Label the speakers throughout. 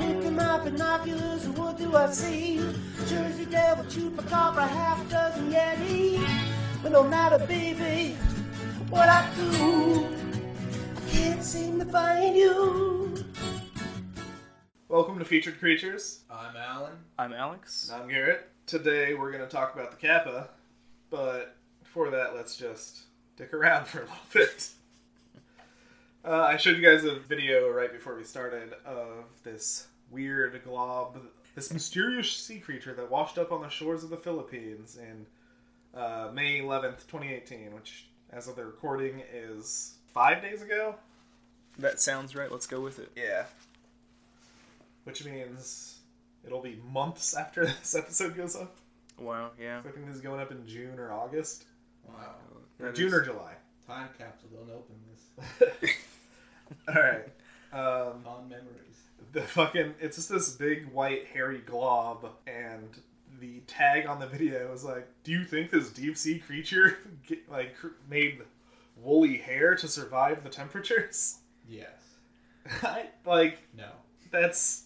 Speaker 1: got binoculars, what do I see? Jersey Devil, Chupacabra, half dozen Yeti. But no matter, baby, what I do, I can't seem to find you.
Speaker 2: Welcome to Featured Creatures.
Speaker 3: I'm Alan.
Speaker 4: I'm Alex.
Speaker 2: I'm Garrett. Today we're going to talk about the Kappa, but before that, let's just dick around for a little bit. Uh, I showed you guys a video right before we started of this weird glob, this mysterious sea creature that washed up on the shores of the Philippines in uh, May 11th, 2018, which, as of the recording, is five days ago.
Speaker 4: That sounds right. Let's go with it.
Speaker 2: Yeah. Which means it'll be months after this episode goes up.
Speaker 4: Wow. Yeah.
Speaker 2: I think this is going up in June or August.
Speaker 3: Wow.
Speaker 2: Or
Speaker 4: That
Speaker 2: June
Speaker 4: is-
Speaker 2: or July.
Speaker 3: Time capsule. Don't open this.
Speaker 2: Alright. Um,
Speaker 3: On memories.
Speaker 2: the fucking. It's just this big, white, hairy glob, and the tag on the video is like, Do you think this deep sea creature get, like cr- made woolly hair to survive the temperatures?
Speaker 3: Yes.
Speaker 2: I, like,
Speaker 3: No.
Speaker 2: that's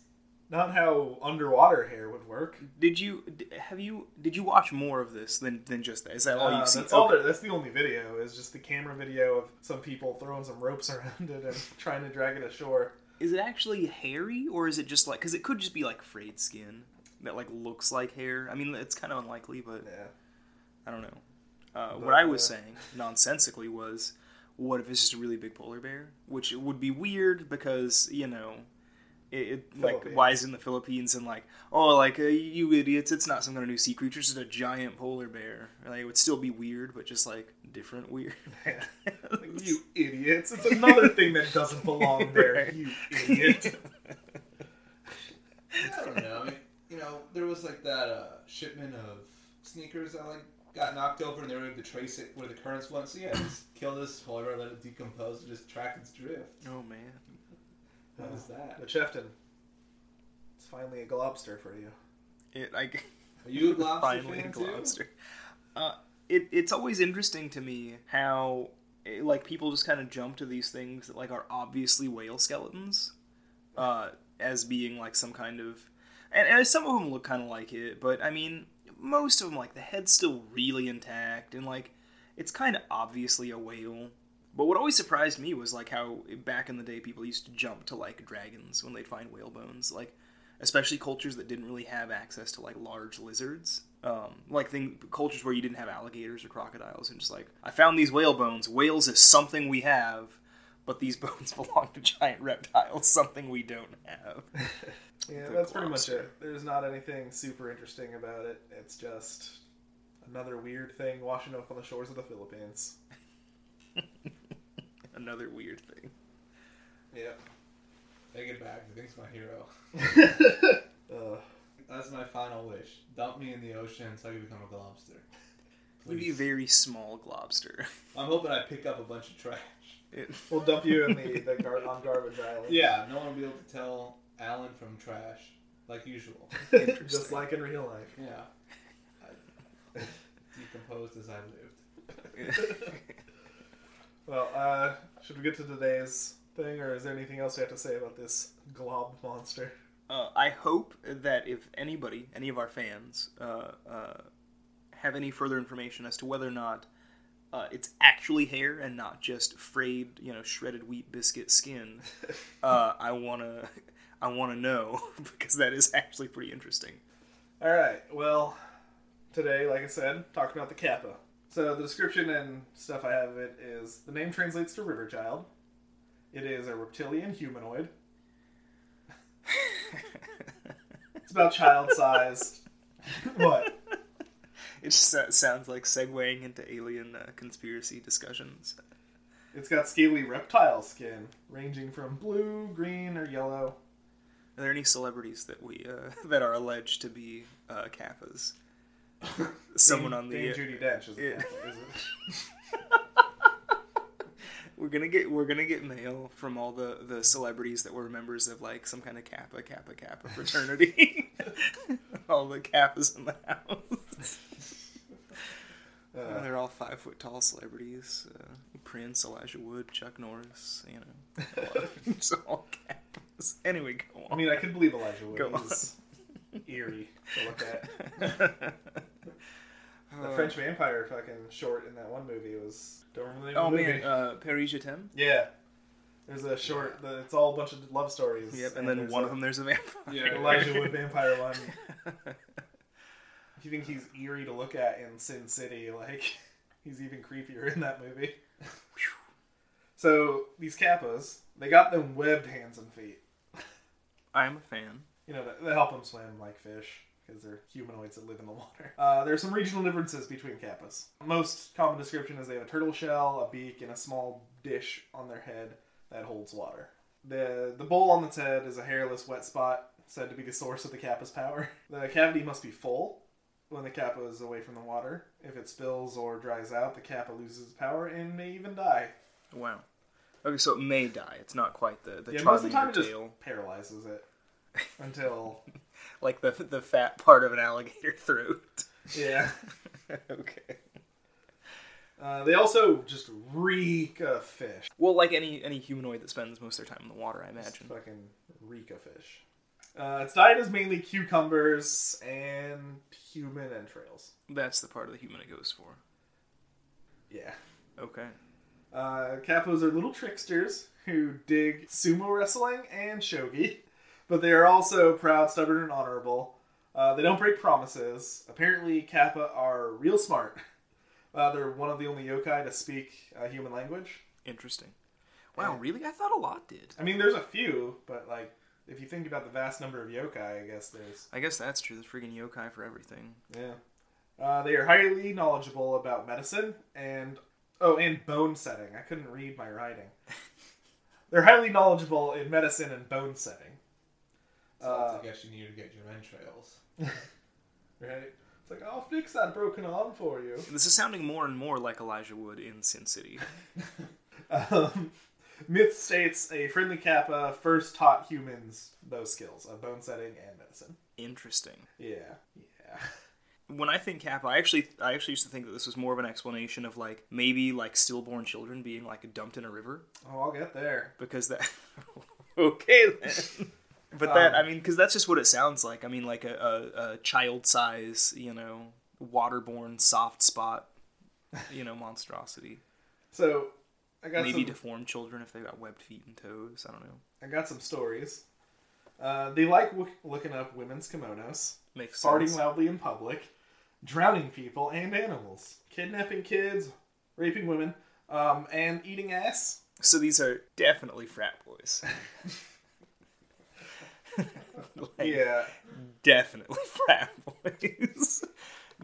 Speaker 2: not how underwater hair would work.
Speaker 4: Did you d- have you did you watch more of this than than just that? Is that all
Speaker 2: Uh,
Speaker 4: you've seen?
Speaker 2: That's, all
Speaker 4: Okay.
Speaker 2: there, that's the only video is just the camera video of some people throwing some ropes around it and trying to drag it ashore.
Speaker 4: Is it actually hairy or is it just like because it could just be like frayed skin that like looks like hair? I mean, it's kind of unlikely, but
Speaker 2: Yeah.
Speaker 4: I don't know. Uh,
Speaker 2: But,
Speaker 4: what I was
Speaker 2: uh,
Speaker 4: saying nonsensically was, what if it's just a really big polar bear? Which it would be weird because you know, it, it like
Speaker 2: Philippines.
Speaker 4: why is it in the Philippines and like oh like uh, you idiots, it's not some kind of new sea creature, it's just a giant polar bear. Like it would still be weird, but just like different weird.
Speaker 2: Like, you idiots. It's another thing that doesn't belong there,
Speaker 4: Right.
Speaker 2: you idiot. Uh,
Speaker 3: I don't know. I mean, you know, there was like that uh, shipment of sneakers that like got knocked over, and they were able to trace it where the currents went. So yeah, just kill this polar, let it decompose, and just track its drift.
Speaker 4: oh man,
Speaker 3: What is that?
Speaker 2: The Chefton. It's finally a globster for you.
Speaker 4: it I.
Speaker 3: Are you a lobster
Speaker 4: finally
Speaker 3: fan
Speaker 4: a
Speaker 3: too?
Speaker 4: lobster. Uh, it, it's always interesting to me how eh, like people just kind of jump to these things that like are obviously whale skeletons uh, as being like some kind of and, and some of them look kind of like it but i mean most of them like the head's still really intact and like it's kind of obviously a whale but what always surprised me was like how eh, back in the day people used to jump to like dragons when they'd find whale bones like especially cultures that didn't really have access to like large lizards um, like thing, cultures where you didn't have alligators or crocodiles and just like i found these whale bones whales is something we have but these bones belong to giant reptiles something we don't have
Speaker 2: Yeah,
Speaker 4: The
Speaker 2: that's pretty much
Speaker 4: globster.
Speaker 2: it. There's not anything super interesting about it. It's just another weird thing washing up on the shores of the Philippines.
Speaker 4: another weird thing
Speaker 2: Yep.
Speaker 3: Take it back. The thing's my hero.
Speaker 2: Ugh.
Speaker 3: That's my final wish. Dump me in the ocean so I can become a lobster.
Speaker 4: would be a
Speaker 3: Please.
Speaker 4: very small globster
Speaker 3: I'm hoping I pick up a bunch of trash.
Speaker 4: It-
Speaker 2: We'll dump you in the, the gar- on garbage island.
Speaker 3: Yeah, no one will be able to tell Alan from trash, like usual.
Speaker 2: Just
Speaker 4: interesting
Speaker 2: like in real life.
Speaker 3: Yeah. I decomposed as I lived.
Speaker 2: Well, uh, should we get to today's thing, or is there anything else we have to say about this glob monster?
Speaker 4: uh, i hope that if anybody any of our fans uh, uh, have any further information as to whether or not uh, it's actually hair and not just frayed, you know, shredded wheat biscuit skin. Uh, I wanna, I wanna know because that is actually pretty interesting.
Speaker 2: All right. Well, today, like I said, talking about the Kappa. So the description and stuff I have of it is the name translates to river child. It is a reptilian humanoid. It's about child-sized. what?
Speaker 4: It just so- sounds like segueing into alien uh, conspiracy discussions.
Speaker 2: It's got scaly reptile skin, ranging from blue, green, or yellow.
Speaker 4: Are there any celebrities that we uh, that are alleged to be uh, kappas? Someone on the e-
Speaker 2: Dame Judi Dench is a
Speaker 4: yeah.
Speaker 2: Kappa, isn't it?
Speaker 4: we're gonna get we're gonna get mail from all the the celebrities that were members of like some kind of kappa kappa kappa fraternity. all the kappas in the house.
Speaker 2: Uh,
Speaker 4: They're all five foot tall celebrities. Uh, Prince, Elijah Wood, Chuck Norris. You know, a lot of- it's all kappas. is. Anyway, go on.
Speaker 2: I mean, I could believe Elijah Wood.
Speaker 4: Go
Speaker 2: He's eerie to look at. The
Speaker 4: Uh,
Speaker 2: French vampire fucking short in that one movie was. Don't remember the name
Speaker 4: Oh
Speaker 2: of the movie.
Speaker 4: man, uh, Paris Je t'aime.
Speaker 2: Yeah. There's a short. that It's all a bunch of love stories.
Speaker 4: Yep, and then
Speaker 2: there's
Speaker 4: one
Speaker 2: a
Speaker 4: of them there's a vampire.
Speaker 3: Yeah,
Speaker 2: Elijah Wood vampire one. If you think he's eerie to look at in Sin City, like he's even creepier in that movie. so these kappas, they got them webbed hands and feet.
Speaker 4: I'm a fan.
Speaker 2: You know, that, that help them swim like fish because they're humanoids that live in the water. Uh, there's some regional differences between kappas. Most common description is they have a turtle shell, a beak, and a small dish on their head that holds water. The the bowl on its head is a hairless wet spot said to be the source of the kappa's power. The cavity must be full when the kappa is away from the water. If it spills or dries out, the kappa loses its power and may even die.
Speaker 4: Wow. Okay, so it may die. It's not quite the the
Speaker 2: Yeah, most of the time
Speaker 4: Charmander
Speaker 2: it just
Speaker 4: tail,
Speaker 2: paralyzes it until
Speaker 4: like the the fat part of an alligator throat.
Speaker 2: yeah.
Speaker 4: okay.
Speaker 2: Uh, they also just reek of fish.
Speaker 4: Well, like any any humanoid that spends most of their time in the water, I
Speaker 2: Just
Speaker 4: imagine.
Speaker 2: fucking reek of fish. Uh, its diet is mainly cucumbers and human entrails.
Speaker 4: That's the part of the human it goes for.
Speaker 2: Yeah.
Speaker 4: Okay.
Speaker 2: Uh, kappas are little tricksters who dig sumo wrestling and shogi, but they are also proud, stubborn, and honorable. Uh, they don't break promises. Apparently, kappa are real smart. Uh, they're one of the only yokai to speak uh, human language.
Speaker 4: Interesting. Wow,
Speaker 2: Yeah.
Speaker 4: really? I thought a lot did.
Speaker 2: I mean, there's a few, but like if you think about the vast number of yokai, I guess there's
Speaker 4: I guess that's true. The friggin' yokai for everything.
Speaker 2: yeah. Uh, they are highly knowledgeable about medicine and oh, and bone setting. I couldn't read my writing. They're highly knowledgeable in medicine and bone setting.
Speaker 3: That's
Speaker 2: Uh,
Speaker 3: I guess you need to get your entrails.
Speaker 2: Right? It's like I'll fix that broken arm for you.
Speaker 4: This is sounding more and more like Elijah Wood in Sin City.
Speaker 2: Um, myth states a friendly kappa first taught humans those skills of bone setting and medicine.
Speaker 4: Interesting.
Speaker 2: Yeah, yeah.
Speaker 4: When I think Kappa, I actually I actually used to think that this was more of an explanation of like maybe like stillborn children being like dumped in a river
Speaker 2: Oh, I'll get there.
Speaker 4: because that. okay then. But
Speaker 2: Um,
Speaker 4: that I mean, because that's just what it sounds like. I mean, like a, a, a child size, you know, waterborne soft spot, you know, monstrosity.
Speaker 2: So I got
Speaker 4: Maybe
Speaker 2: some...
Speaker 4: deformed children if they got webbed feet and toes. I don't know.
Speaker 2: I got some stories. Uh, they like w- looking up women's kimonos,
Speaker 4: Makes
Speaker 2: farting
Speaker 4: sense.
Speaker 2: loudly in public, drowning people and animals, kidnapping kids, raping women, um, and eating ass.
Speaker 4: So these are definitely frat boys. Like,
Speaker 2: Yeah,
Speaker 4: Definitely frat boys.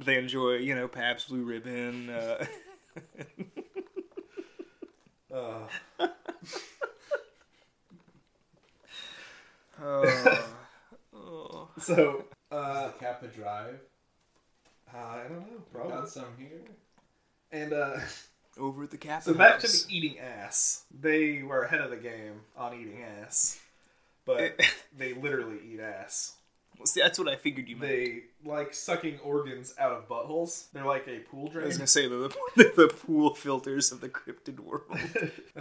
Speaker 4: they enjoy, you know, Pabst Blue Ribbon. Uh,
Speaker 2: uh,
Speaker 4: oh.
Speaker 2: so
Speaker 3: Uh,
Speaker 2: uh,
Speaker 3: Kappa Drive.
Speaker 2: uh, I don't know,
Speaker 3: Got
Speaker 2: probably.
Speaker 3: some here.
Speaker 2: And uh,
Speaker 4: Over the cap.
Speaker 2: so back to the E, eating ass. They were ahead of the game on eating ass, but they literally eat ass.
Speaker 4: See, that's what I figured you meant.
Speaker 2: They like sucking organs out of buttholes. They're like a pool
Speaker 4: I was
Speaker 2: drain.
Speaker 4: gonna say they're the, they're the pool filters of the cryptid world.
Speaker 2: a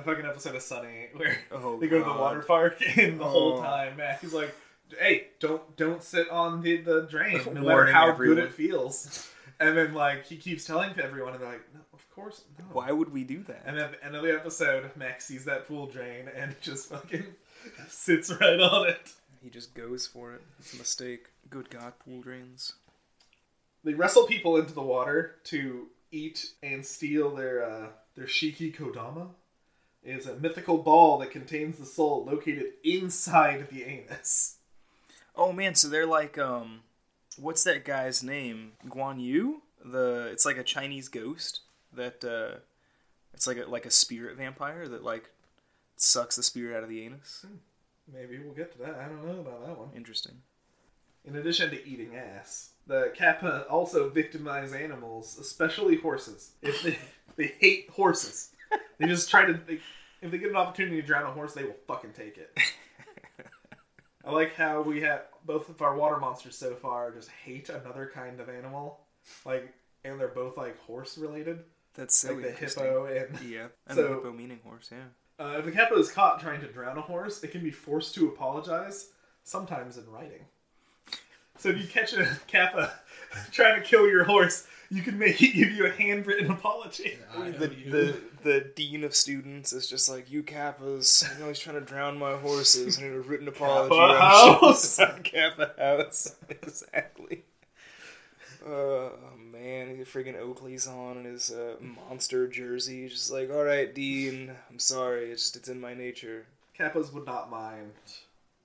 Speaker 2: fucking episode of Sunny where
Speaker 4: Oh,
Speaker 2: they go to the
Speaker 4: God.
Speaker 2: water park and the whole
Speaker 4: Oh.
Speaker 2: time Mac is like, "Hey, don't don't sit on the the drain, no matter
Speaker 4: Warning
Speaker 2: how
Speaker 4: everyone.
Speaker 2: good it feels." And then like he keeps telling everyone, and they're like, "No, of course no."
Speaker 4: Why would we do that?
Speaker 2: And then at the end of the episode, Mac sees that pool drain and just fucking sits right on it.
Speaker 4: He just goes for it. It's a mistake. Good God, pool drains.
Speaker 2: They wrestle people into the water to eat and steal their uh, their shiki kodama. Is a mythical ball that contains the soul located inside the anus.
Speaker 4: Oh man, so they're like um what's that guy's name? Guan Yu? The it's like a Chinese ghost that uh it's like a like a spirit vampire that like sucks the spirit out of the anus.
Speaker 2: Hmm. Maybe we'll get to that. I don't know about that one.
Speaker 4: Interesting.
Speaker 2: In addition to eating ass, the kappa also victimize animals, especially horses. If they, they hate horses, they just try to. They, if they get an opportunity to drown a horse, they will fucking take it. I like how we have both of our water monsters so far just hate another kind of animal, like, and they're both like horse related,
Speaker 4: That's so
Speaker 2: like the
Speaker 4: interesting.
Speaker 2: hippo and
Speaker 4: Yeah. And the
Speaker 2: So-
Speaker 4: hippo meaning horse, yeah.
Speaker 2: Uh, if the kappa is caught trying to drown a horse, it can be forced to apologize, sometimes in writing. So if you catch a kappa trying to kill your horse, you can make it give you a handwritten apology.
Speaker 3: I know
Speaker 4: The,
Speaker 3: you.
Speaker 4: the the dean of students is just like you Kappas. I know he's trying to drown my horses. I need a written apology.
Speaker 2: Kappa
Speaker 4: I'm sure
Speaker 2: House.
Speaker 4: it's not Kappa house. Exactly. Uh, oh man, he's freaking Oakley's on in his uh, monster jersey. He's Just like, all right, dean. I'm sorry. It's just it's in my nature.
Speaker 2: Kappas would not mind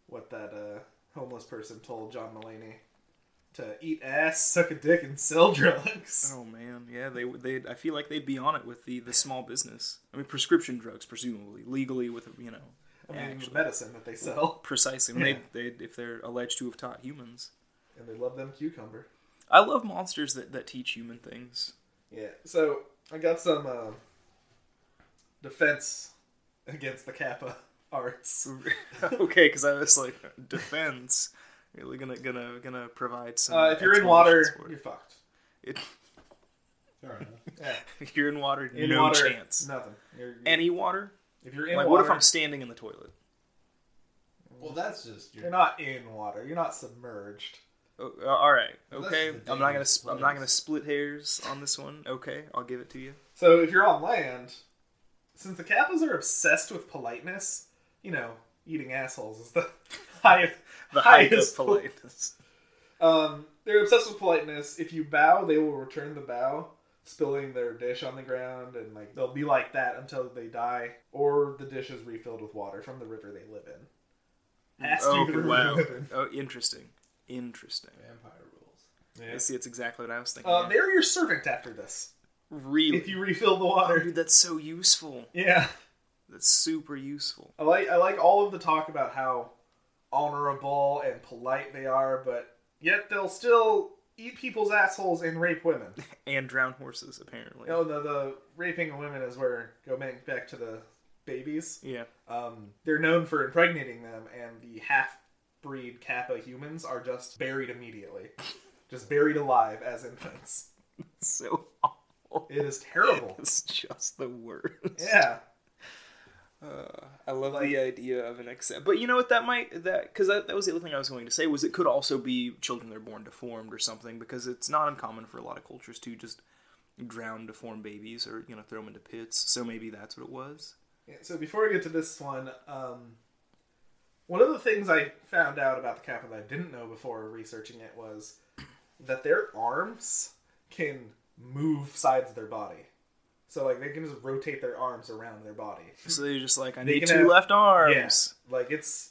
Speaker 2: what that uh, homeless person told John Mulaney to eat ass, suck a dick, and sell drugs.
Speaker 4: Oh man, yeah. They they. I feel like they'd be on it with the the small business. I mean, prescription drugs, presumably legally with you know.
Speaker 2: I mean,
Speaker 4: actually.
Speaker 2: the medicine that they sell,
Speaker 4: Precisely. When
Speaker 2: Yeah.
Speaker 4: they, they, if they're alleged to have taught humans.
Speaker 2: and they love them cucumber.
Speaker 4: I love monsters that, that teach human things.
Speaker 2: Yeah. So I got some uh, defense against the Kappa arts.
Speaker 4: okay, because I was like, defense. Really gonna gonna gonna provide some.
Speaker 2: Uh, if you're in
Speaker 4: explanations
Speaker 2: water,
Speaker 4: for
Speaker 2: you're
Speaker 4: it.
Speaker 2: fucked.
Speaker 4: It-
Speaker 3: Fair enough.
Speaker 2: Yeah.
Speaker 4: if you're in water,
Speaker 2: In
Speaker 4: no
Speaker 2: water,
Speaker 4: chance.
Speaker 2: Nothing. You're, you're-
Speaker 4: Any water?
Speaker 2: if you're in
Speaker 4: like,
Speaker 2: water,
Speaker 4: what if I'm standing in the toilet?
Speaker 3: Well, that's just your
Speaker 2: you're not in water. You're not submerged.
Speaker 4: Oh, uh, all right,
Speaker 3: Well, that's
Speaker 4: okay.
Speaker 3: the
Speaker 4: I'm not gonna
Speaker 3: dangerous
Speaker 4: sp- I'm not
Speaker 3: place.
Speaker 4: gonna split hairs on this one. Okay, I'll give it to you.
Speaker 2: So if you're on land, since the Kappas are obsessed with politeness, you know, eating assholes is the highest.
Speaker 4: The height of
Speaker 2: Highest point.
Speaker 4: politeness.
Speaker 2: Um, they're obsessed with politeness. If you bow, they will return the bow, spilling their dish on the ground, and like they'll be like that until they die, or the dish is refilled with water from the river they live in. Has to
Speaker 4: Oh
Speaker 2: be the river
Speaker 4: wow.
Speaker 2: they live in.
Speaker 4: Oh, interesting. Interesting.
Speaker 3: vampire rules.
Speaker 4: I see. It's exactly what I was thinking.
Speaker 2: Uh,
Speaker 4: yeah.
Speaker 2: they're your servant after this.
Speaker 4: Really?
Speaker 2: If you refill the
Speaker 4: Oh,
Speaker 2: water,
Speaker 4: dude, that's so useful.
Speaker 2: yeah.
Speaker 4: That's super useful.
Speaker 2: I like I like all of the talk about how honorable and polite they are, but yet they'll still eat people's assholes and rape women.
Speaker 4: And drown horses, apparently.
Speaker 2: no, the the raping of women is where go back back to the babies.
Speaker 4: Yeah.
Speaker 2: Um, they're known for impregnating them, and the half breed Kappa humans are just buried immediately, just buried alive as infants.
Speaker 4: It's so awful.
Speaker 2: It is terrible.
Speaker 4: It's just the worst.
Speaker 2: Yeah,
Speaker 4: I love the idea of an accept, but you know what? That might that because that, that was the other thing I was going to say was it could also be children that are born deformed or something because it's not uncommon for a lot of cultures to just drown deformed babies or you know throw them into pits. So maybe that's what it was.
Speaker 2: Yeah, so before we get to this one, um, one of the things I found out about the Kappa that I didn't know before researching it was that their arms can move sides of their body. So like they can just rotate their arms around their body.
Speaker 4: So they're just like, I
Speaker 2: They
Speaker 4: need
Speaker 2: can
Speaker 4: two
Speaker 2: have-
Speaker 4: left arms.
Speaker 2: Yeah, like it's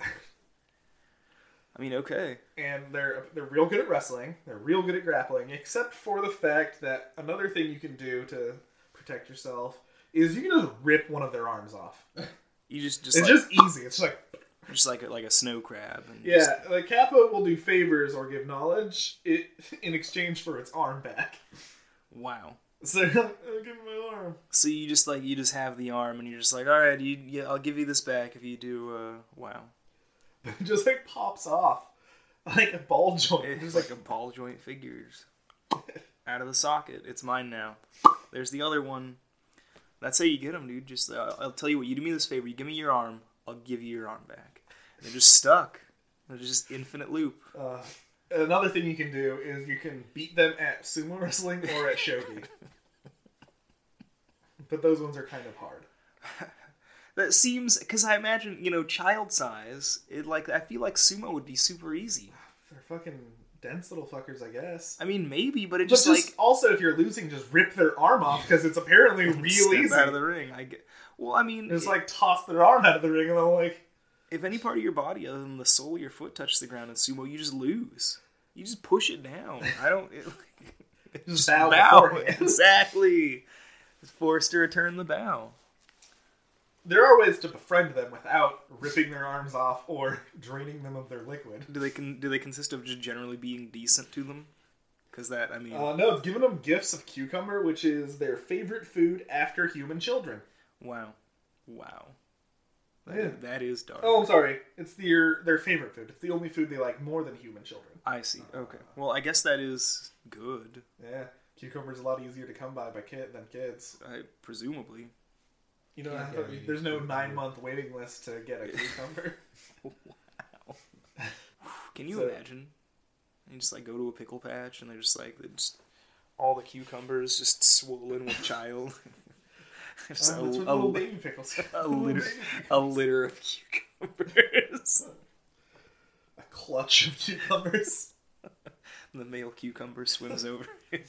Speaker 4: I mean, okay.
Speaker 2: and they're they're real good at wrestling. They're real good at grappling, except for the fact that another thing you can do to protect yourself is you can just rip one of their arms off.
Speaker 4: You just just
Speaker 2: It's
Speaker 4: like, just,
Speaker 2: just easy. It's like
Speaker 4: like a, like a snow crab. And just-
Speaker 2: Yeah, like Kappa will do favors or give knowledge i in exchange for its arm back.
Speaker 4: wow.
Speaker 2: So I'll give him my arm.
Speaker 4: So you just like you just have the arm, and you're just like, all right, you, yeah, I'll give you this back if you do. Uh, wow,
Speaker 2: But it just like pops off like a ball joint. It's
Speaker 4: it's
Speaker 2: just like
Speaker 4: like a ball joint figures out of the socket. It's mine now. There's the other one. That's how you get them, dude. Just uh, I'll tell you what. You do me this favor. You give me your arm. I'll give you your arm back. And they're just stuck. They're just infinite loop.
Speaker 2: uh, another thing you can do is you can beat them at sumo wrestling or at shogi. but those ones are kind of hard.
Speaker 4: That seems because I imagine you know child size. It like I feel like sumo would be super easy.
Speaker 2: They're fucking dense little fuckers, I guess.
Speaker 4: I mean maybe, but it
Speaker 2: But just,
Speaker 4: just like
Speaker 2: also if you're losing, just rip their arm off because it's apparently real
Speaker 4: step
Speaker 2: easy.
Speaker 4: out of the ring. I get. Well, I mean,
Speaker 2: Just like toss their arm out of the ring and I'm like
Speaker 4: if any part of your body other than the sole of your foot touches the ground in sumo, you just lose. You just push it down. I don't. It,
Speaker 2: just bow, beforehand.
Speaker 4: exactly. It's forced to return the bow.
Speaker 2: There are ways to befriend them without ripping their arms off or draining them of their liquid.
Speaker 4: Do they con- do they consist of just generally being decent to them? Because that I mean,
Speaker 2: Uh, no, it's giving them gifts of cucumber, which is their favorite food after human children.
Speaker 4: wow, wow, That-
Speaker 2: Yeah.
Speaker 4: that is dark.
Speaker 2: Oh, I'm sorry. It's their their favorite food. It's the only food they like more than human children.
Speaker 4: I see. Okay. Well, I guess that is good.
Speaker 2: Yeah, cucumber's a lot easier to come by by kid than kids.
Speaker 4: I presumably.
Speaker 2: You know,
Speaker 3: Yeah,
Speaker 2: I thought
Speaker 3: yeah,
Speaker 2: you-
Speaker 3: you
Speaker 2: there's
Speaker 3: need
Speaker 2: no
Speaker 3: to-
Speaker 2: nine month waiting list to get a cucumber.
Speaker 4: Can you
Speaker 2: So-
Speaker 4: imagine? You just like go to a pickle patch and they're just like they're just all the cucumbers just swollen with child. Just
Speaker 2: Um,
Speaker 4: a,
Speaker 2: that's what
Speaker 4: a-
Speaker 2: little baby pickles. are.
Speaker 4: a litter, a litter of cucumbers.
Speaker 2: a clutch of cucumbers.
Speaker 4: the male cucumber swims over.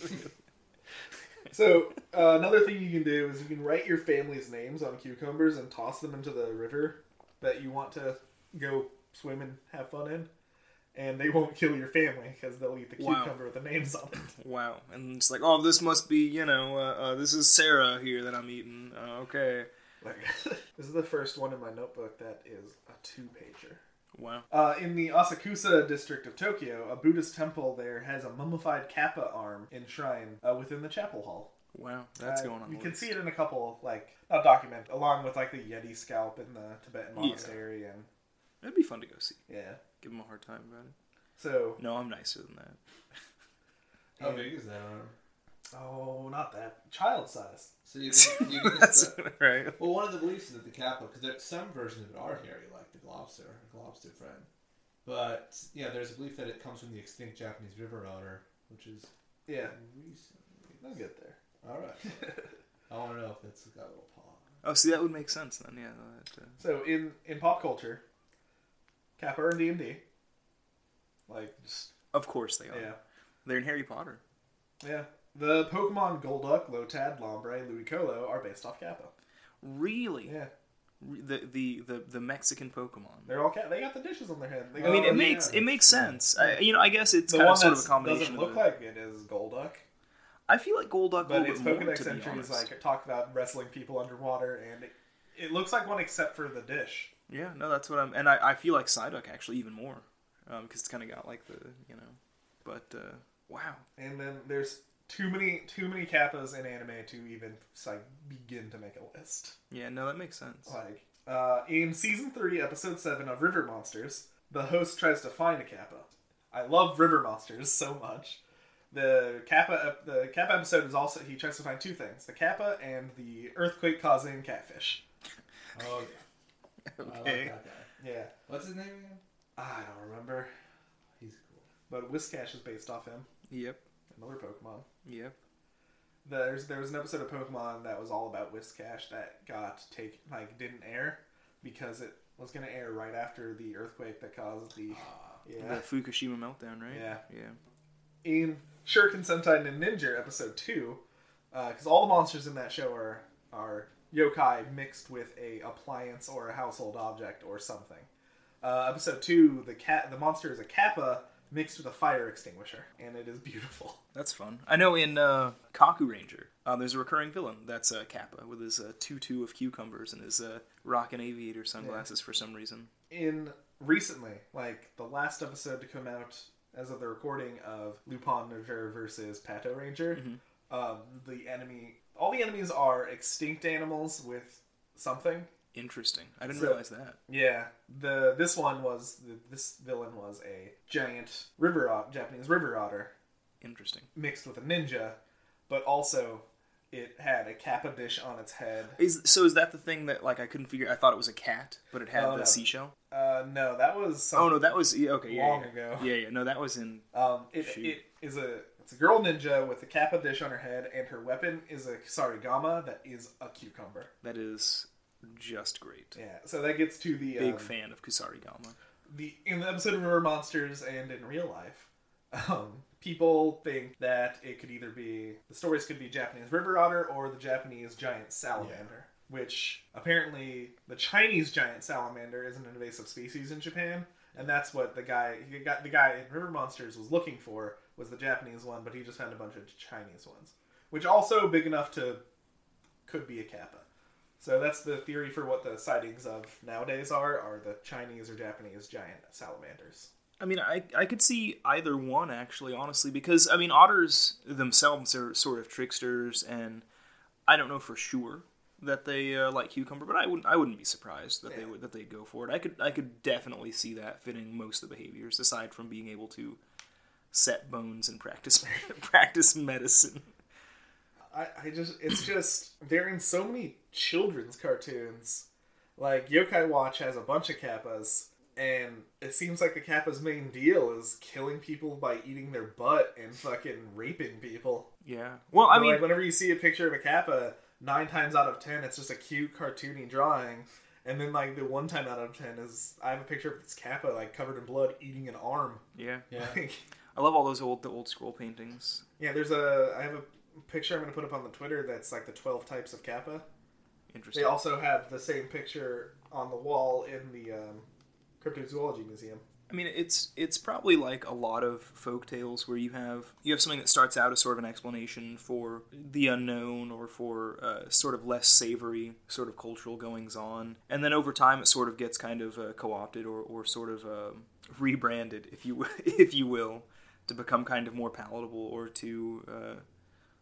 Speaker 2: so uh, another thing you can do is you can write your family's names on cucumbers and toss them into the river that you want to go swim and have fun in, and they won't kill your family because they'll eat the
Speaker 4: Wow.
Speaker 2: cucumber with the names on it.
Speaker 4: wow, and it's like, oh, this must be you know, uh, uh, this is Sarah here that I'm eating. Uh, okay,
Speaker 2: Like, this is the first one in my notebook that is a two pager.
Speaker 4: wow,
Speaker 2: Uh, in the Asakusa district of Tokyo, a Buddhist temple there has a mummified kappa arm enshrined uh, within the chapel hall.
Speaker 4: wow, that's
Speaker 2: Uh,
Speaker 4: going on.
Speaker 2: You
Speaker 4: the
Speaker 2: can
Speaker 4: list.
Speaker 2: see it in a couple, like, not documented, along with, like, the Yeti scalp in the Tibetan
Speaker 4: Yeah.
Speaker 2: monastery, and,
Speaker 4: It'd be fun to go see.
Speaker 2: yeah.
Speaker 4: Give him a hard time about it.
Speaker 2: So,
Speaker 4: No, I'm nicer than that.
Speaker 3: How
Speaker 2: Yeah.
Speaker 3: big is that arm?
Speaker 2: oh, not that. Child size.
Speaker 3: So you can, you can
Speaker 4: That's
Speaker 3: just,
Speaker 4: right.
Speaker 3: well, one of the beliefs is that the Kappa, because some versions of it are hairy, like the lobster, the lobster friend. But yeah, there's a belief that it comes from the extinct Japanese river otter, which is
Speaker 2: Yeah.
Speaker 3: recently.
Speaker 2: I'll get there.
Speaker 3: All right. I want to know if it's got a little paw.
Speaker 4: Oh, see, that would make sense then. Yeah. That, uh,
Speaker 2: So, in, in pop culture, kappa and D&D. Like, just,
Speaker 4: of course they are.
Speaker 2: yeah.
Speaker 4: They're in Harry Potter.
Speaker 2: Yeah. The Pokemon Golduck, Lotad, Lombre, Ludicolo are based off Kappa.
Speaker 4: Really,
Speaker 2: Yeah.
Speaker 4: Re- the, the the the Mexican Pokemon.
Speaker 2: They're all cat. They got the dishes on their head. They
Speaker 4: I mean,
Speaker 2: got-
Speaker 3: Oh,
Speaker 4: it makes
Speaker 3: yeah.
Speaker 4: it makes sense. I, you know, I guess it's
Speaker 2: the
Speaker 4: kind
Speaker 2: one
Speaker 4: of sort
Speaker 2: that
Speaker 4: of a combination.
Speaker 2: doesn't
Speaker 4: of
Speaker 2: look
Speaker 4: the-
Speaker 2: like it is Golduck,
Speaker 4: I feel like Golduck a
Speaker 2: but
Speaker 4: little
Speaker 2: its
Speaker 4: bit more
Speaker 2: Pokedex
Speaker 4: to be
Speaker 2: entries
Speaker 4: honest.
Speaker 2: like talk about wrestling people underwater, and it, it looks like one except for the dish.
Speaker 4: yeah, no, that's what I'm, and I, I feel like Psyduck actually even more, because it's kind of got like the you know, but uh, wow,
Speaker 2: And then there's too many too many Kappas in anime to even like begin to make a list.
Speaker 4: yeah, no, that makes sense.
Speaker 2: Like uh, in season three, episode seven of River Monsters, the host tries to find a Kappa. I love River Monsters so much. The Kappa, ep- the Kappa episode is also he tries to find two things: the Kappa and the earthquake causing catfish.
Speaker 3: Oh, yeah. I like
Speaker 4: okay,
Speaker 3: that guy.
Speaker 2: Yeah,
Speaker 3: What's his name again?
Speaker 2: I don't remember,
Speaker 3: He's cool.
Speaker 2: but Whiskash is based off him.
Speaker 4: yep,
Speaker 2: Another Pokemon.
Speaker 4: yep.
Speaker 2: There's there was an episode of Pokemon that was all about Whiskash that got take like didn't air because it was gonna air right after the earthquake that caused Ah, the yeah
Speaker 4: The Fukushima meltdown, right?
Speaker 2: Yeah.
Speaker 4: yeah.
Speaker 2: in Shuriken Sentai and Ninja episode two, because all the monsters in that show are are yokai mixed with a appliance or a household object or something. Uh, episode two, the cat, the monster is a kappa mixed with a fire extinguisher, and it is beautiful.
Speaker 4: That's fun. I know in uh, Kaku Ranger, uh, there's a recurring villain that's uh, Kappa with his uh, tutu of cucumbers and his uh, rock and aviator sunglasses for some reason.
Speaker 2: In recently, like the last episode to come out as of the recording of Lupin Niger versus Pato Ranger, um, the enemy, all the enemies are extinct animals with something.
Speaker 4: Interesting. I didn't
Speaker 2: So-
Speaker 4: realize that.
Speaker 2: Yeah, the this one was this villain was a giant river ot- Japanese river otter
Speaker 4: Interesting.
Speaker 2: mixed with a ninja, but also it had a kappa dish on its head.
Speaker 4: Is so? Is that the thing that like I couldn't figure? I thought it was a cat, but it had
Speaker 2: Oh,
Speaker 4: the
Speaker 2: no.
Speaker 4: seashell.
Speaker 2: Uh, no, that was
Speaker 4: Oh
Speaker 2: some,
Speaker 4: no, that was yeah, okay. Yeah,
Speaker 2: Long
Speaker 4: yeah.
Speaker 2: ago.
Speaker 4: Yeah, yeah. No, that was in.
Speaker 2: um, it,
Speaker 4: Shoot.
Speaker 2: it is a it's a girl ninja with a kappa dish on her head, and her weapon is a sarigama that is a cucumber.
Speaker 4: That is just great.
Speaker 2: Yeah, so that gets to the
Speaker 4: Big
Speaker 2: um,
Speaker 4: fan of Kusarigama.
Speaker 2: the in the episode of River Monsters and in real life, um, people think that it could either be the stories could be Japanese river otter or the Japanese giant salamander, which apparently the Chinese giant salamander is an invasive species in Japan, and that's what the guy he got the guy in River Monsters was looking for was the Japanese one, but he just found a bunch of Chinese ones, which also big enough to could be a kappa. So that's the theory for what the sightings of nowadays are are the Chinese or Japanese giant salamanders.
Speaker 4: I mean, I I could see either one actually, honestly, because I mean, otters themselves are sort of tricksters, and I don't know for sure that they uh, like cucumber, but I wouldn't I wouldn't be surprised that they
Speaker 2: Yeah.
Speaker 4: would that they go for it. I could I could definitely see that fitting most of the behaviors, aside from being able to set bones and practice practice medicine.
Speaker 2: I, I just it's just they're in so many children's cartoons. Like Yokai Watch has a bunch of kappas, and it seems like the kappa's main deal is killing people by eating their butt and fucking raping people.
Speaker 4: Yeah. Well, I mean,
Speaker 2: like whenever you see a picture of a kappa, nine times out of ten it's just a cute cartoony drawing. And then like the one time out of ten is I have a picture of this kappa like covered in blood eating an arm.
Speaker 4: yeah.
Speaker 3: Yeah.
Speaker 2: Like,
Speaker 4: I love all those old the old scroll paintings.
Speaker 2: yeah, there's a I have a picture I'm gonna put up on the Twitter that's like the twelve types of kappa. They
Speaker 4: Interesting.
Speaker 2: also have the same picture on the wall in the um, cryptozoology museum.
Speaker 4: I mean, it's it's probably like a lot of folk tales where you have you have something that starts out as sort of an explanation for the unknown or for uh, sort of less savory sort of cultural goings on, and then over time it sort of gets kind of uh, co-opted or, or sort of um, rebranded, if you if you will, to become kind of more palatable or to uh,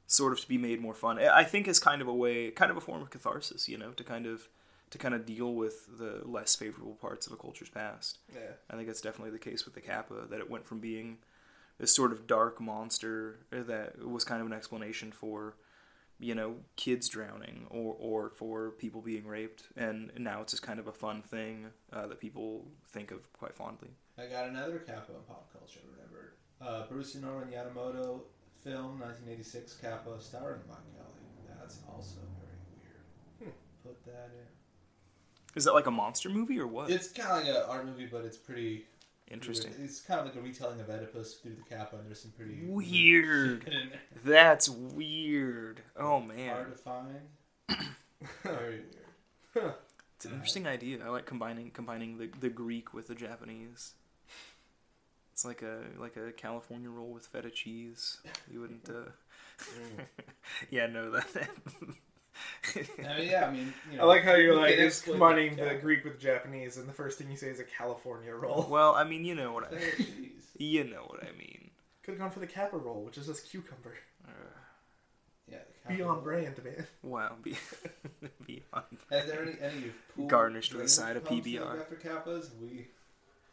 Speaker 4: sort of to be made more fun. I I think is kind of a way, kind of a form of catharsis, you know, to kind of to kind of deal with the less favorable parts of a culture's past.
Speaker 2: Yeah.
Speaker 4: I think that's definitely the case with the Kappa, that it went from being this sort of dark monster that was kind of an explanation for, you know, kids drowning or, or for people being raped, and now it's just kind of a fun thing uh, that people think of quite fondly.
Speaker 3: I got another Kappa in pop culture remembered. Uh, Bruce and Norman Yamamoto film, 1986, Kappa, starring Mike Kelly. That's also very weird.
Speaker 4: Hmm.
Speaker 3: Put that in.
Speaker 4: Is that like a monster movie or what?
Speaker 3: It's kind of like an art movie, but it's pretty
Speaker 4: Interesting.
Speaker 3: It's kind of like a retelling of Oedipus through the Kappa, and there's some pretty
Speaker 4: Weird.
Speaker 3: shit in there.
Speaker 4: That's weird. Oh man,
Speaker 3: Hard to find. Very weird.
Speaker 4: it's an interesting idea. I like combining combining the, the Greek with the Japanese. It's like a like a California roll with feta cheese. You wouldn't. Uh... yeah, no, that.
Speaker 3: I mean, Oh, yeah, I mean, you know,
Speaker 2: I like how you're
Speaker 3: you
Speaker 2: like
Speaker 3: can
Speaker 2: it's
Speaker 3: exploit
Speaker 2: combining the
Speaker 3: Kappa.
Speaker 2: Greek with Japanese, and the first thing you say is a California roll.
Speaker 4: well, I mean, you know what I
Speaker 3: Oh, jeez.
Speaker 4: you know what I mean. Uh,
Speaker 2: Could have gone for the Kappa roll, which is just cucumber.
Speaker 3: Yeah, the Kappa.
Speaker 2: Beyond brand, man.
Speaker 4: Wow, be, beyond.
Speaker 3: Has there any any you've pooled
Speaker 4: Garnished with a
Speaker 3: drink
Speaker 4: side of
Speaker 3: pumps that
Speaker 4: PBR.
Speaker 3: look After Kappas, we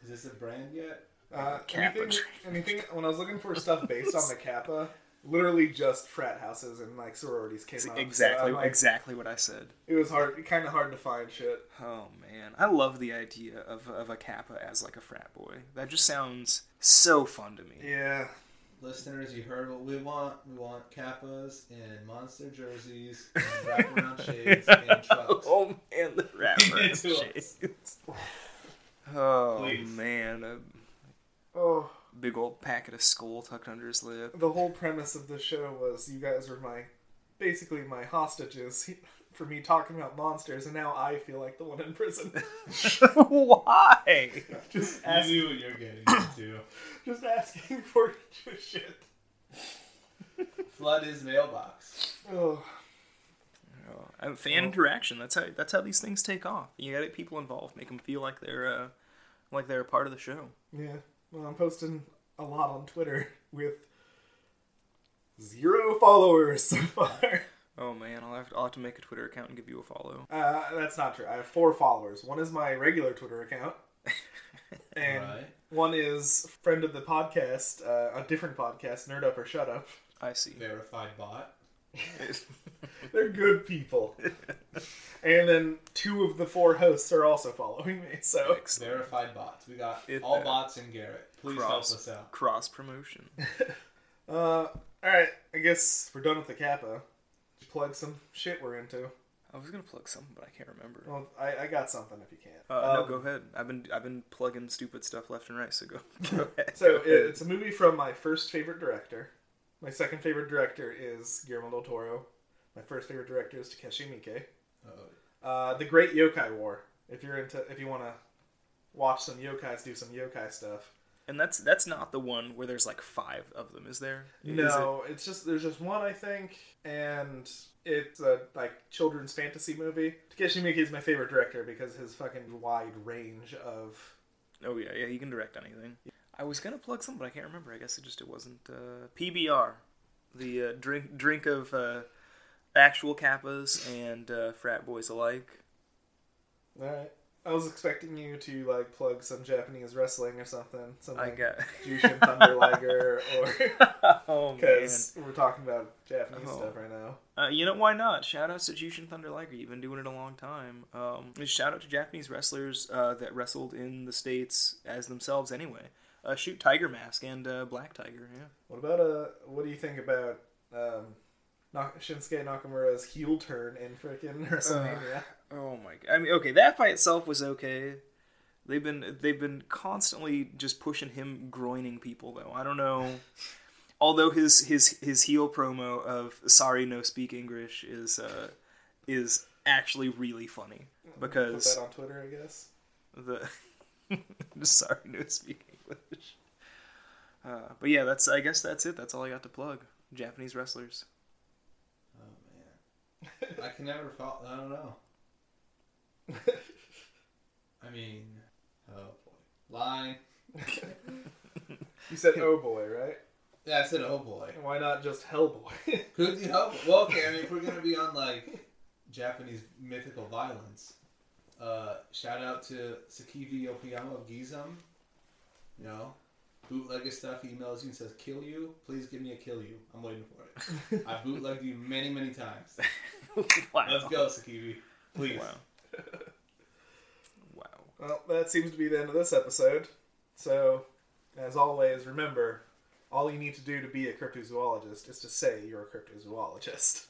Speaker 3: is this a brand yet?
Speaker 2: Uh,
Speaker 4: Kappa
Speaker 2: anything, anything. When I was looking for stuff based on the Kappa, literally just frat houses and like sororities came up. so
Speaker 4: Exactly,
Speaker 2: I'm like,
Speaker 4: exactly what I said.
Speaker 2: It was hard, kind of hard to find shit.
Speaker 4: Oh man, I love the idea of of a kappa as like a frat boy. That just sounds so fun to me.
Speaker 2: Yeah,
Speaker 3: Listeners, you heard what we want. We want Kappas and monster jerseys, and wraparound shades, and trucks.
Speaker 4: Oh man, the rapper.
Speaker 3: Into
Speaker 4: shades. oh
Speaker 3: Please.
Speaker 4: man, a
Speaker 2: Oh,
Speaker 4: big old packet of skull tucked under his lip.
Speaker 2: the whole premise of the show was you guys were my, basically my hostages for me talking about monsters, and now I feel like the one in prison.
Speaker 4: Why?
Speaker 2: just
Speaker 3: I
Speaker 2: ask,
Speaker 3: knew what you're getting into.
Speaker 2: just asking for just shit.
Speaker 3: Flood his mailbox.
Speaker 2: Oh,
Speaker 4: Oh, and fan interaction. That's how that's how these things take off. You got to get people involved, make them feel like they're uh, like they're a part of the show.
Speaker 2: yeah. Well, I'm posting a lot on Twitter with zero followers so far.
Speaker 4: Oh man, I'll have to, I'll have to make a Twitter account and give you a follow.
Speaker 2: Uh, that's not true. I have four followers. One is my regular Twitter account, and
Speaker 3: Right.
Speaker 2: one is friend of the podcast, uh, a different podcast, Nerd Up or Shut Up.
Speaker 4: I see.
Speaker 3: Verified bot.
Speaker 2: They're good people. and then two of the four hosts are also following me. So
Speaker 3: Verified bots. We got
Speaker 4: If
Speaker 3: all
Speaker 4: that-
Speaker 3: bots and Garrett. Please
Speaker 4: Cross.
Speaker 3: help us out.
Speaker 4: Cross promotion.
Speaker 2: uh, all right, I guess we're done with the Kappa. Plug some shit we're into.
Speaker 4: I was gonna plug something, but I can't remember.
Speaker 2: Well, I, I got something if you can't. Um,
Speaker 4: Uh, no, go ahead. I've been I've been plugging stupid stuff left and right, so go. go ahead.
Speaker 2: So
Speaker 4: Go
Speaker 2: it-
Speaker 4: ahead.
Speaker 2: it's a movie from my first favorite director. My second favorite director is Guillermo del Toro. My first favorite director is Takeshi Miike.
Speaker 3: Uh-oh.
Speaker 2: Uh, the Great Yokai War. If you're into, if you want to watch some yokais do some yokai stuff.
Speaker 4: and that's that's not the one where there's like five of them, is there? Is
Speaker 2: No, it's just there's just one I think, and it's a like children's fantasy movie. Takeshi Miike is my favorite director because his fucking wide range of
Speaker 4: it- Oh yeah, yeah. You can direct anything. I was gonna plug something, but I can't remember. I guess it just it wasn't uh, PBR, the uh, drink drink of uh, actual kappas and uh, frat boys alike.
Speaker 2: All right. I was expecting you to like plug some Japanese wrestling or something. Something
Speaker 4: I got
Speaker 2: Jushin Thunder Liger or
Speaker 4: oh man.
Speaker 2: because we're talking about Japanese
Speaker 4: Oh.
Speaker 2: stuff right now.
Speaker 4: Uh, you know why not? Shout out to Jushin Thunder Liger. You've been doing it a long time. Um, and shout out to Japanese wrestlers uh, that wrestled in the states as themselves anyway. Uh, shoot, Tiger Mask and uh, Black Tiger. Yeah.
Speaker 2: What about uh? What do you think about um, Nak- Shinsuke Nakamura's heel turn in freaking WrestleMania?
Speaker 4: Oh my god. I mean, okay, that by itself was okay. They've been they've been constantly just pushing him groining people though. I don't know. Although his his his heel promo of sorry no speak English is uh is actually really funny
Speaker 2: Put
Speaker 4: because
Speaker 2: that on Twitter, I guess.
Speaker 4: the sorry no speak English. Uh, but yeah, that's I guess that's it. That's all I got to plug. Japanese wrestlers.
Speaker 3: Oh man, I can never fall. I don't know. I mean, oh boy, line.
Speaker 2: You said oh boy, right?
Speaker 3: Yeah, I said oh boy.
Speaker 2: And why not just Hellboy?
Speaker 3: Could you help? Well, okay. I mean, if we're gonna be on like Japanese mythical violence, uh, shout out to Sakivi Okuyama of Gizam. You know, bootlegger stuff emails you and says, "Kill you, please give me a kill you. I'm waiting for it. I bootlegged you many, many times.
Speaker 4: wow.
Speaker 3: Let's go, Sakivi. Please."
Speaker 4: Wow. wow.
Speaker 2: well, that seems to be the end of this episode. So, as always, remember, all you need to do to be a cryptozoologist is to say you're a cryptozoologist.